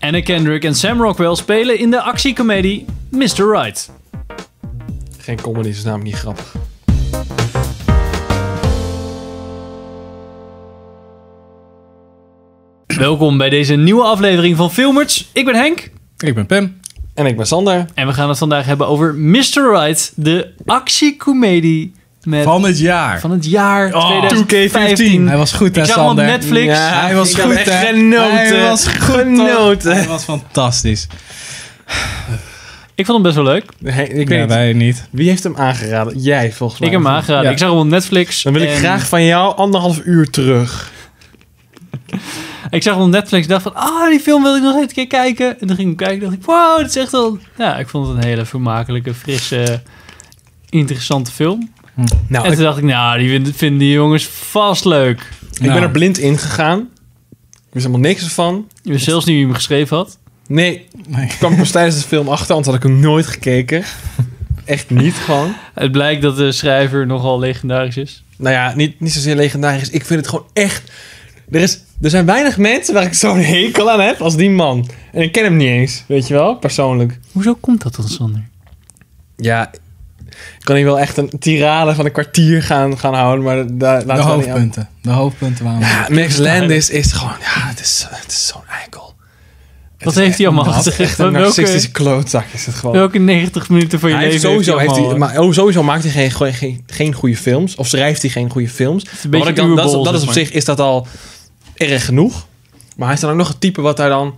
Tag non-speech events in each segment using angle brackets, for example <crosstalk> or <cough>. Anna Kendrick en Sam Rockwell spelen in de actiecomedie Mr. Right. Geen comedy is namelijk niet grappig. Welkom bij deze nieuwe aflevering van Filmers. Ik ben Henk Ik ben Pim. En ik ben Sander. en we gaan het vandaag hebben over Mr. Right, de actiecomedie met Van het jaar. van het jaar Oh, 2015. Hij was goed, hè, Ik zag hem op Sander? Netflix. Ja, hij was ik goed, heb echt hè? genoten. Hij was goed, Genoten. hoor. Hij was fantastisch. Ik vond hem best wel leuk. Hey, ik Nee, weet niet. wij niet. Wie heeft hem aangeraden? Jij volgens mij. Ik heb hem aangeraden. Ja. Ik zag hem op Netflix. Dan wil ik en graag van jou anderhalf uur terug. Ik zag hem op Netflix en dacht van, ah, die film wil ik nog even een keer kijken. En toen ging ik hem kijken en dacht ik, wow, dat is echt wel... Ja, ik vond het een hele vermakelijke, frisse, interessante film. Nou, en ik, toen dacht ik, nou, die vinden, vinden die jongens vast leuk. ik Nou, Nou. ben er blind in gegaan. Ik wist helemaal niks van. Je wist zelfs niet wie hem geschreven had. Nee, Nee. ik kwam pas tijdens de film achter, anders had ik hem nooit gekeken. Echt niet gewoon. Het blijkt dat de schrijver nogal legendarisch is. Nou ja, niet, niet zozeer legendarisch. Ik vind het gewoon echt... Er, is, er zijn weinig mensen waar ik zo'n hekel aan heb als die man. En ik ken hem niet eens, weet je wel, persoonlijk. Hoezo komt dat dan, Sander? Ja, ik kan hier wel echt een tirade van een kwartier gaan, gaan houden, maar daar laten De we niet aan. hoofdpunten. De hoofdpunten waren... Ja, Max Landis is gewoon... Ja, het is, het is zo'n eikel. Het Wat is heeft hij allemaal echt- gezegd? Echt een Welke- narcistische klootzak is het gewoon. Welke 90 minuten van je Hij heeft leven sowieso, heeft heeft hij hij, maar, oh, sowieso maakt hij geen, goe- geen, geen goede films. Of schrijft hij geen goede films. is een Maar beetje wat ik dan, dat, is- uwe bol, dat is zeg op maar. zich is dat al erg genoeg. Maar hij is dan ook nog het type wat daar dan...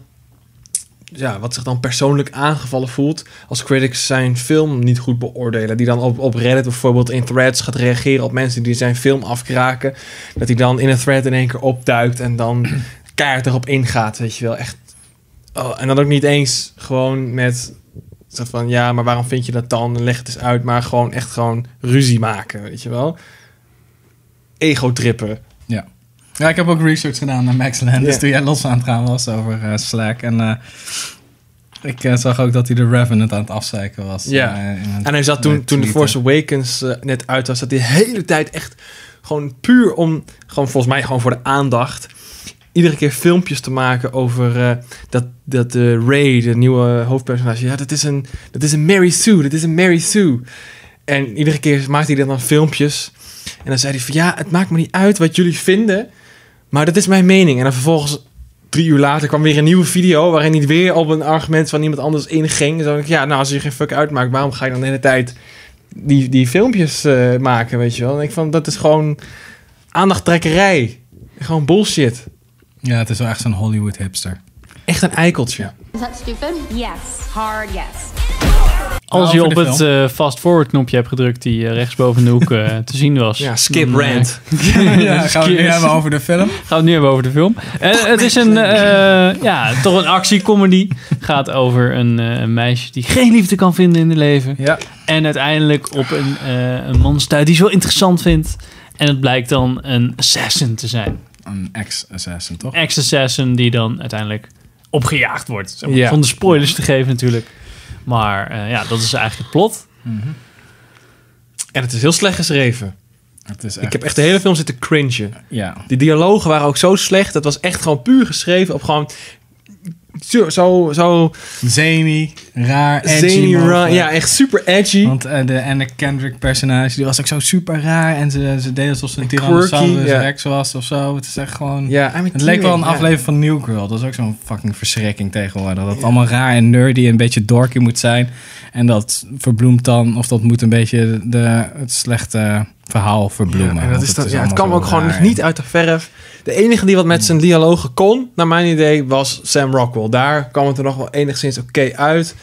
Ja, wat zich dan persoonlijk aangevallen voelt. Als critics zijn film niet goed beoordelen. Die dan op, op Reddit bijvoorbeeld in threads gaat reageren op mensen die zijn film afkraken. Dat hij dan in een thread in één keer opduikt en dan <clears throat> keihard erop ingaat. Weet je wel, echt. Oh, en dan ook niet eens gewoon met... Zo van, ja, maar waarom vind je dat dan? Leg het eens uit. Maar gewoon echt gewoon ruzie maken, weet je wel. Ego-trippen. Ja, ik heb ook research gedaan naar Max Landis Ja. toen jij los aan het gaan was over eh, Slack. En eh, ik eh, zag ook dat hij de Revenant aan het afzeiken was. Ja. eh, in een- En hij zat toen, Met toen The tweeten. Force Awakens eh, net uit was, zat hij de hele tijd echt gewoon puur om, gewoon volgens mij gewoon voor de aandacht, iedere keer filmpjes te maken over eh, dat, dat eh, Ray, de nieuwe hoofdpersonage, ja, dat is een, dat is een Mary Sue, dat is een Mary Sue. En iedere keer maakte hij dan, dan filmpjes. En dan zei hij van, ja, het maakt me niet uit wat jullie vinden, maar dat is mijn mening. En dan vervolgens drie uur later kwam weer een nieuwe video waarin hij weer op een argument van iemand anders inging. Zo, ik, ja, nou, als je geen fuck uitmaakt, waarom ga je dan de hele tijd die, die filmpjes eh, maken, weet je wel? En ik van, dat is gewoon aandachttrekkerij. Gewoon bullshit. Ja, het is wel echt zo'n Hollywood <laughs> hipster. Echt een eikeltje. Is that stupid? Yes. Hard yes. Als je Nou, op over de het eh, fast-forward knopje hebt gedrukt die eh, rechtsboven in de hoek eh, te zien was. Ja, skip dan, eh, rant. <laughs> ja, gaan we het nu hebben over de film? Gaan we het nu hebben over de film. Eh, het is een, eh, ja, toch een actiecomedy. Gaat over een, eh, een meisje die geen liefde kan vinden in het leven. Ja. En uiteindelijk op een, eh, een man stuit die ze wel interessant vindt. En het blijkt dan een assassin te zijn. Een ex-assassin, toch? Ex-assassin die dan uiteindelijk opgejaagd wordt. Zeg maar, Ja. Zonder spoilers te geven natuurlijk. Maar eh, ja, dat is eigenlijk het plot. Mhm. En het is heel slecht geschreven. Het is echt, Ik heb echt de hele film zitten cringen. Ja. Die dialogen waren ook zo slecht. Dat was echt gewoon puur geschreven op gewoon... Zo, zo, zo Zany, raar, edgy. zany, ra- mogelijk. ja, echt super edgy. Want eh, de Anna Kendrick personage, die was ook zo super raar. En ze, ze deden alsof ze een En quirky, Tyrannosaurus ja. Rex was of zo. Het is echt gewoon... Ja, I'm a Het leek wel een teenager, ja. aflevering van New Girl. Dat is ook zo'n fucking verschrikking tegenwoordig. Dat het allemaal raar en nerdy en een beetje dorky moet zijn. En dat verbloemt dan, of dat moet een beetje de, het slechte verhaal verbloemen. Ja, en Want dat is dan, ja, het allemaal kwam zo ook gewoon raar niet en- uit de verf. De enige die wat met zijn dialogen kon, naar mijn idee, was Sam Rockwell. Daar kwam het er nog wel enigszins oké uit.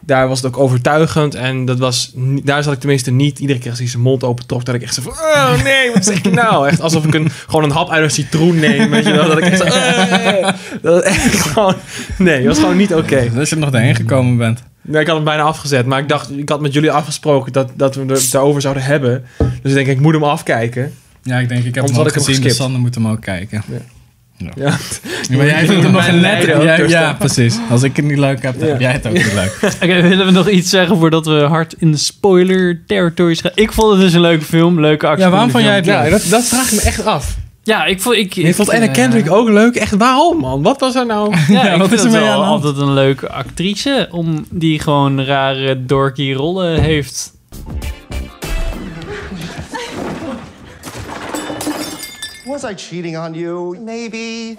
Daar was het ook overtuigend. En dat was, ni- daar zat ik tenminste niet iedere keer als hij zijn mond open trok... dat ik echt zo van, oh nee, wat zeg je nou? Echt alsof ik een, gewoon een hap uit een citroen neem, weet je wel. Dat ik echt zo, "Eh." dat het echt gewoon... Nee, dat was gewoon niet oké. <laughs> Dat je er nog doorheen gekomen bent. Nee, ik had hem bijna afgezet. Maar ik dacht, ik had met jullie afgesproken dat, dat we het daarover zouden hebben. Dus ik denk, ik moet hem afkijken. Ja, ik denk, ik heb Anders had hem ook ik hem gezien. Dus geskipt. Sander moet hem ook kijken. Ja. maar jij vindt hem nog Mijn een lijden letter. ook Ja, dus ja, dan. precies. Als ik het niet leuk heb, dan Ja. heb jij het ook niet <laughs> leuk. Oké, <laughs> willen we nog iets zeggen voordat we hard in de spoiler territories gaan? Ik vond het dus een leuke film, leuke actie. Ja, waarom vond jij het Ja, leuk? dat, dat vraag ik me echt af. Ja, ik vond... Ik, Ik vond Anna eh, Kendrick ook leuk. Echt, waarom man? Wat was er <laughs> nou? Ja, Ja, ik wat vind is er het mee aan wel de hand? altijd een leuke actrice. Om, die gewoon rare, dorky rollen heeft. Was I cheating on you? Maybe.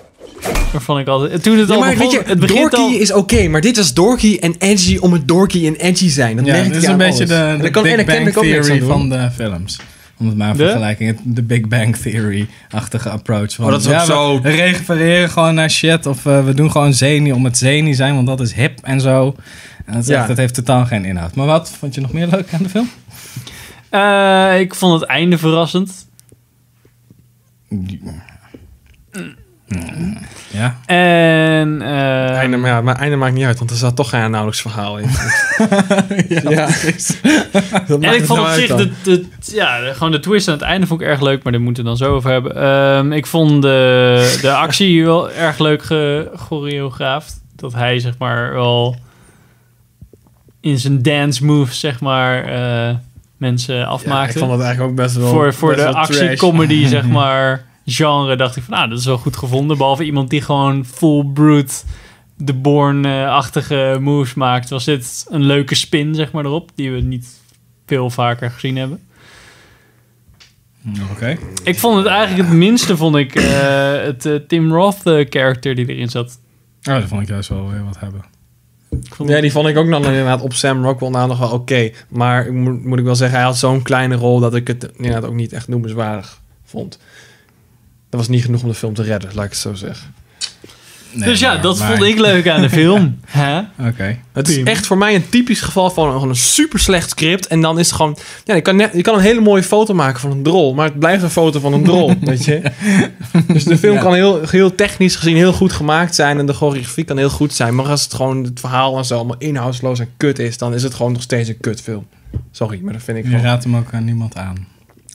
Waarvan ik altijd... Toen het Ja, al maar begon... weet je, het begint dorky al... is oké, maar dit was dorky en edgy om het dorky en edgy zijn. Dat Ja, merk dat ik is aan een beetje alles. En de, daar de kan Big Anna Bang Kendrick ook niks aan Theory doen. van de films. Om het maar een De? vergelijking. het- De Big Bang Theory-achtige approach. Van, Oh, dat is ook ja, zo- We refereren gewoon naar shit. Of eh, we doen gewoon zenie om het zenie zijn, want dat is hip en zo. En dat, is Ja. echt- dat heeft totaal geen inhoud. Maar wat vond je nog meer leuk aan de film? Eh, ik vond het einde verrassend. Ja. En... eh, Einde, maar, ja, maar einde maakt niet uit, want er zat toch geen nauwelijks verhaal <laughs> in. ja, nou En ik vond op zich, de, de, ja, de- gewoon de twist aan het einde vond ik erg leuk, maar daar moeten we het dan zo over hebben. Ehm, ik vond de, de actie <laughs> wel erg leuk ge- choreograafd. Dat hij zeg maar wel in zijn dance moves zeg maar eh, mensen ik afmaakte. vond dat eigenlijk ook best wel voor voor best de wel trash. actiecomedy zeg maar genre dacht ik van, nou dat is wel goed gevonden. Behalve iemand die gewoon full brute de Born-achtige moves maakt, was dit een leuke spin, zeg maar, erop. Die we niet veel vaker gezien hebben. Oké. Ik vond het eigenlijk het minste, vond ik, eh, het eh, Tim Roth-character die erin zat. Oh, dat vond ik juist wel weer wat hebben. Ik vond Ja, die vond ik ook dan inderdaad op Sam Rockwell na nog wel oké. Maar ik moet, moet ik wel zeggen, hij had zo'n kleine rol dat ik het inderdaad ook niet echt noemenswaardig vond. Dat was niet genoeg om de film te redden, laat ik het zo zeggen. Nee, dus ja, maar- dat maar- vond ik leuk aan de film. Hè? Oké. Het is Tim. echt voor mij een typisch geval van gewoon een super slecht script. En dan is het gewoon... Ja, je kan, net, je kan een hele mooie foto maken van een drol. Maar het blijft een foto van een drol, <laughs> weet je. Dus de film Ja. kan heel, heel technisch gezien heel goed gemaakt zijn. En de choreografie kan heel goed zijn. Maar als het gewoon het verhaal en zo allemaal inhoudsloos en kut is... dan is het gewoon nog steeds een kutfilm. Sorry, maar dat vind ik Je gewoon... raadt hem ook aan niemand aan. <laughs>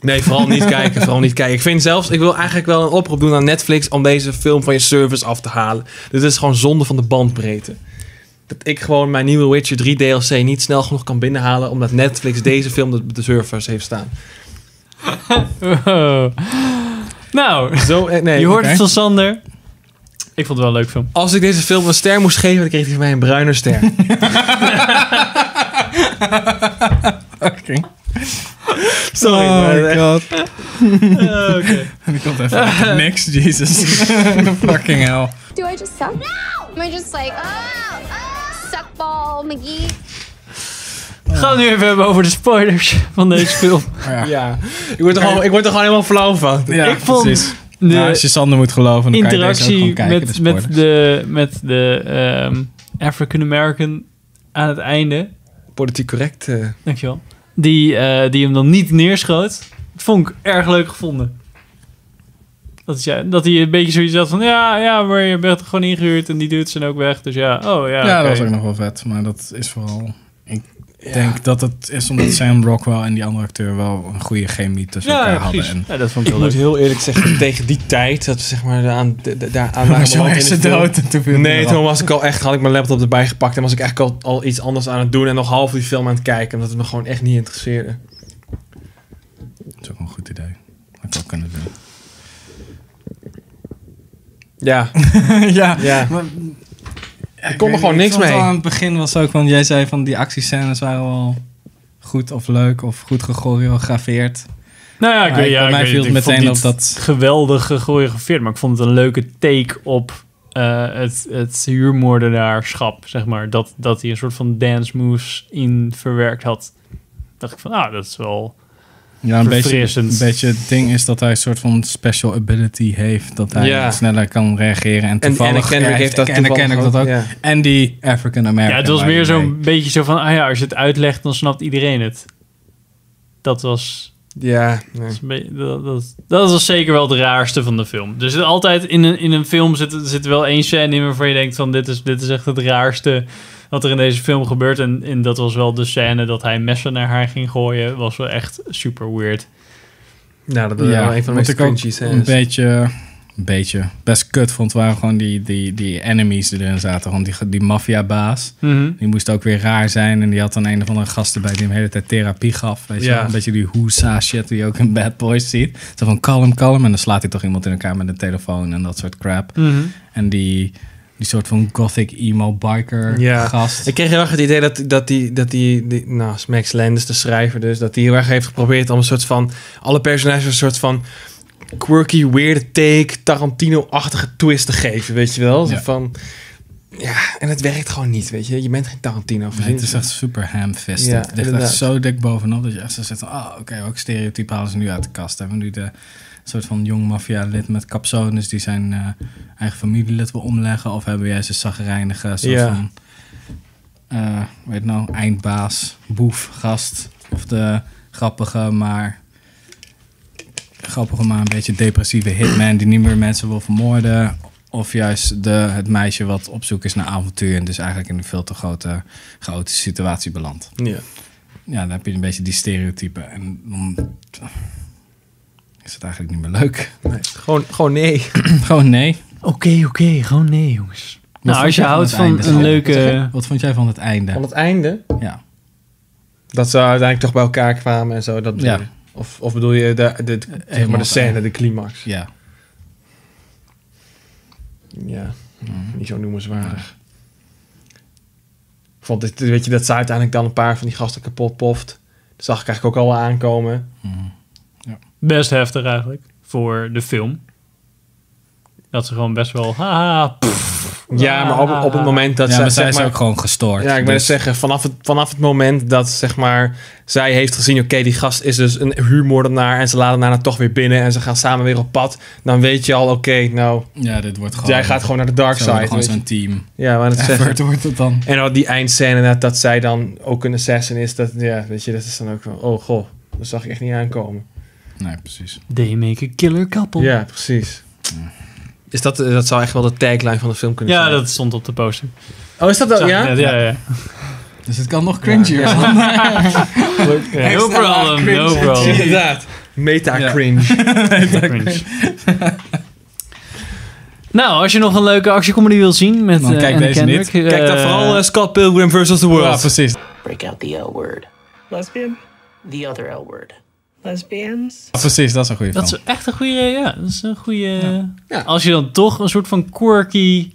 Nee, vooral <laughs> niet kijken. Vooral niet kijken. Ik vind zelfs, ik wil eigenlijk wel een oproep doen aan Netflix om deze film van je service af te halen. Dit is gewoon zonde van de bandbreedte. Dat ik gewoon mijn nieuwe Witcher 3 DLC niet snel genoeg kan binnenhalen, omdat Netflix deze film op de service heeft staan. Wow. Nou, Zo, eh, nee. je hoort oké. het van Sander. Ik vond het wel een leuk <laughs> film. Als ik deze film een ster moest geven, dan kreeg hij van mij een bruine ster. Oké. Sorry, maar, eh, <laughs> Oh, god. Eh, oké. Die komt even uit niks, Jesus. <laughs> Fucking hell. Do I just suck? No! Am I just like, oh, suck ball, McGee? Gaan we nu even hebben over de spoilers van deze <laughs> film. <laughs> ja. Ik word, er gewoon, ik word er gewoon helemaal flauw van. Ja, Ik vond precies. De Nou, als je Sander moet geloven, dan interactie kan je deze ook gewoon kijken, met, de met spoilers. de, met de ehm, African American aan het einde. Politiek correct. eh. Dankjewel. Die, eh, die hem dan niet neerschoot. Dat vond ik erg leuk gevonden. Dat, is, ja, dat hij een beetje zoiets had van... Ja, ja, maar je bent gewoon ingehuurd en die dudes zijn ook weg. Dus ja, oh ja. Ja, oké. dat was ook nog wel vet, maar dat is vooral... Ik denk dat het is omdat Sam Rockwell en die andere acteur wel een goede chemie tussen Ja, elkaar ja, hadden. precies. En, Ja, dat vond ik Ik <laughs> heel leuk. moet heel eerlijk zeggen, tegen die tijd, dat we zeg maar aan, de- <laughs> de- daar <laughs> aan maar waren zo beland in de is ze film. dood en toen viel die Nee, eraf. toen was ik al echt, had ik mijn laptop erbij gepakt en was ik echt al, al iets anders aan het doen en nog half die film aan het kijken, omdat het me gewoon echt niet interesseerde. Dat is ook een goed idee. Had ik ook kunnen doen. <laughs> <laughs> Ja, ja, ja. maar- Ik kon er gewoon niks mee. Aan het begin was ook, want jij zei van die actiescènes waren wel goed of leuk of goed gechoreografeerd. Nou ja, ik, Maar weet- ja, bij ik mij weet viel niet. het Ik vond meteen niet op dat- geweldig gechoreografeerd, maar ik vond het een leuke take op eh, het, het huurmoordenaarschap, zeg maar. Dat, dat hij een soort van dance moves in verwerkt had. Dacht ik van, ah, dat is wel... Ja, een beetje, Verfrissend. een beetje het ding is dat hij een soort van special ability heeft. Dat hij Ja. sneller kan reageren. En En, en toevallig... Kendrick ja, heeft dat en toevallig Kendrick dat ook. ja. En die African American. ja, het was waar meer hij zo'n mee- beetje zo van, ah ja, als je het uitlegt, dan snapt iedereen het. Dat was... Ja, nee. Dat, is een beetje- dat, dat, dat was zeker wel het raarste van de film. Er zit altijd in een, in een film zit, zit wel één scène in waarvan je denkt van dit is, dit is echt het raarste wat er in deze film gebeurt. En, en dat was wel de scène dat hij messen naar haar ging gooien. Was wel echt super weird. Nou, dat was wel Ja, een van de wat meest ik ook cringy Een scènes. beetje een beetje best kut vond, waren gewoon die, die, die enemies die erin zaten. Gewoon die, die maffiabaas. Mhm. Die moest ook weer raar zijn. En die had dan een of andere gasten bij die hem de hele tijd therapie gaf. Weet je? Ja. wel. Een beetje die hoesa shit die je ook in Bad Boys ziet. Zo van kalm, kalm. En dan slaat hij toch iemand in elkaar met een telefoon en dat soort crap. Mhm. En die, die soort van gothic emo biker Ja. gast. Ik kreeg heel erg het idee dat, dat, die, dat die, die, nou, Max Landis, de schrijver dus, dat die heel erg heeft geprobeerd om een soort van, alle personages een soort van quirky, weird take, Tarantino-achtige twist te geven, weet je wel? Zo Ja. Van, ja, en het werkt gewoon niet, weet je? Je bent geen Tarantino. Nee, het is echt super ham-fisted. Ja, het ligt echt inderdaad. zo dik bovenop dat je echt zo zit van... Ah, oké, welk stereotype halen ze nu uit de kast? Hebben we nu de soort van jong maffia-lid met capsones... die zijn eh, eigen familielid wil omleggen? Of hebben we juist een zagrijnige soort Ja. van... eh, weet je nou, eindbaas, boef, gast. Of de grappige, maar... Grappige, maar een beetje depressieve hitman... die niet meer mensen wil vermoorden... Of juist de, het meisje wat op zoek is naar avontuur en dus eigenlijk in een veel te grote chaotische situatie belandt. Ja. Ja, dan heb je een beetje die stereotypen. En dan is het eigenlijk niet meer leuk. Nee, gewoon, gewoon <laughs> nee. Gewoon nee. Oké, oké, gewoon nee, jongens. Wat nou, vond als je jij houdt het van einde? een leuke... Wat vond jij van het Van einde? het einde, Ja. dat ze uiteindelijk toch bij elkaar kwamen en zo, dat bedoel Ja. je? Of, of bedoel je de, de, de- zeg maar de Helemaal- scène, de climax? ja. Ja, Mhm. niet zo noemenswaardig. Ik vond het, weet je, dat ze uiteindelijk dan een paar van die gasten kapot poft. Dat zag ik eigenlijk ook al wel aankomen. Best heftig eigenlijk, voor de film. Dat ze gewoon best wel... Haha, pff. Ja, maar op, op het moment dat ja, ze... maar zeg zij is maar- ook gewoon gestoord. Ja, ik wil dus- zeggen, vanaf het, vanaf het moment dat zeg maar, zij heeft gezien... oké, die gast is dus een huurmoordenaar... en ze laden daarna toch weer binnen en ze gaan samen weer op pad... dan weet je al, oké, nou, Ja, dit wordt gewoon... jij gaat gewoon naar de dark zo wordt side. gewoon weet je. zo'n <laughs> team. Ja, maar dat zeggen. Effort wordt het dan. En al die eindscène dat, dat zij dan ook een assassin is... Dat, ja, weet je, dat is dan ook van, oh goh, dat zag ik echt niet aankomen. Nee, precies. They make a killer couple. Ja, precies. Is dat, eh, dat zou echt wel de tagline van de film kunnen Ja, zijn. dat stond op de poster. Oh, is dat Zag ook? ik Ja? <laughs> net, ja, ja. Dus het kan nog cringier zijn. Leuk, ja. No problem, no problem. Inderdaad. Meta-cringe. Cringe. <laughs> Nou, als je nog een leuke actiecomedy wil zien met Dan eh, kijk Anna deze Kendrick, eh, <laughs> Kijk dan vooral eh, Scott Pilgrim vs. The World. Ja, precies. Break out the L word. Lesbian? The other L word. Lesbians? Precies, dat is een goede dat film. is echt een goede, ja, dat is een goede. Ja. Als je dan toch een soort van quirky.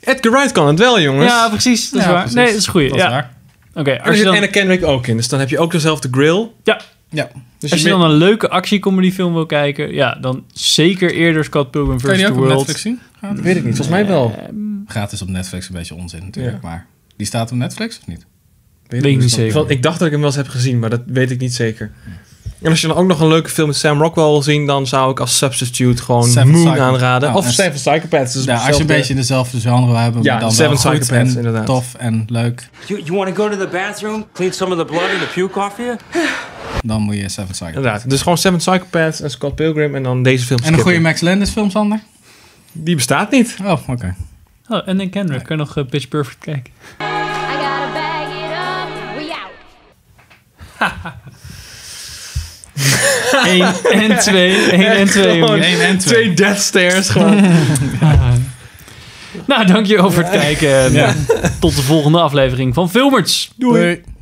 Edgar Wright kan het wel, jongens. Ja, precies, dat is Ja, waar. precies. Nee, dat is een goede. Dat is Ja. waar. Oké, En er als je zit dan, Anna Kendrick ook in. Dus dan heb je ook dezelfde grill. ja, Ja. Dus als je meer- dan een leuke actiecomedy film wil kijken, ja, dan zeker eerder Scott Pilgrim Kun je vs. die The ook op World. Mm. Netflix zien? Dat weet ik niet. Volgens mij wel. Gratis op Netflix een beetje onzin natuurlijk, Ja. maar... Die staat op Netflix of niet? Weet ik niet Want zeker. Ik dacht dat ik hem wel eens heb gezien, maar dat weet ik niet zeker. En als je dan ook nog een leuke film met Sam Rockwell wil zien... dan zou ik als substitute gewoon Seven Moon Psycho- aanraden. Oh, of en- Seven Psychopaths. Dus Ja, als je een hetzelfde- beetje dezelfde genre wil hebben, Ja, maar dan Seven wel goed Psychopaths, en inderdaad. tof en leuk, You, you want to go to the bathroom, clean some of the blood and the puke off you? dan moet je Seven Psychopaths. Inderdaad. Dus gewoon Seven Psychopaths en Scott Pilgrim en dan deze film En een skippen. goede Max Landis film, Sander? Die bestaat niet. Oh, oké. Oh, en dan Kendrick, kan je nog eh, Pitch Perfect kijken. I gotta bag it up. We out. Eén en twee, één en twee. jongens. Eén en twee. Twee Death Stares <laughs> gewoon. Nou, dankjewel voor het kijken. en, eh, Tot de volgende aflevering van Filmers. Doei.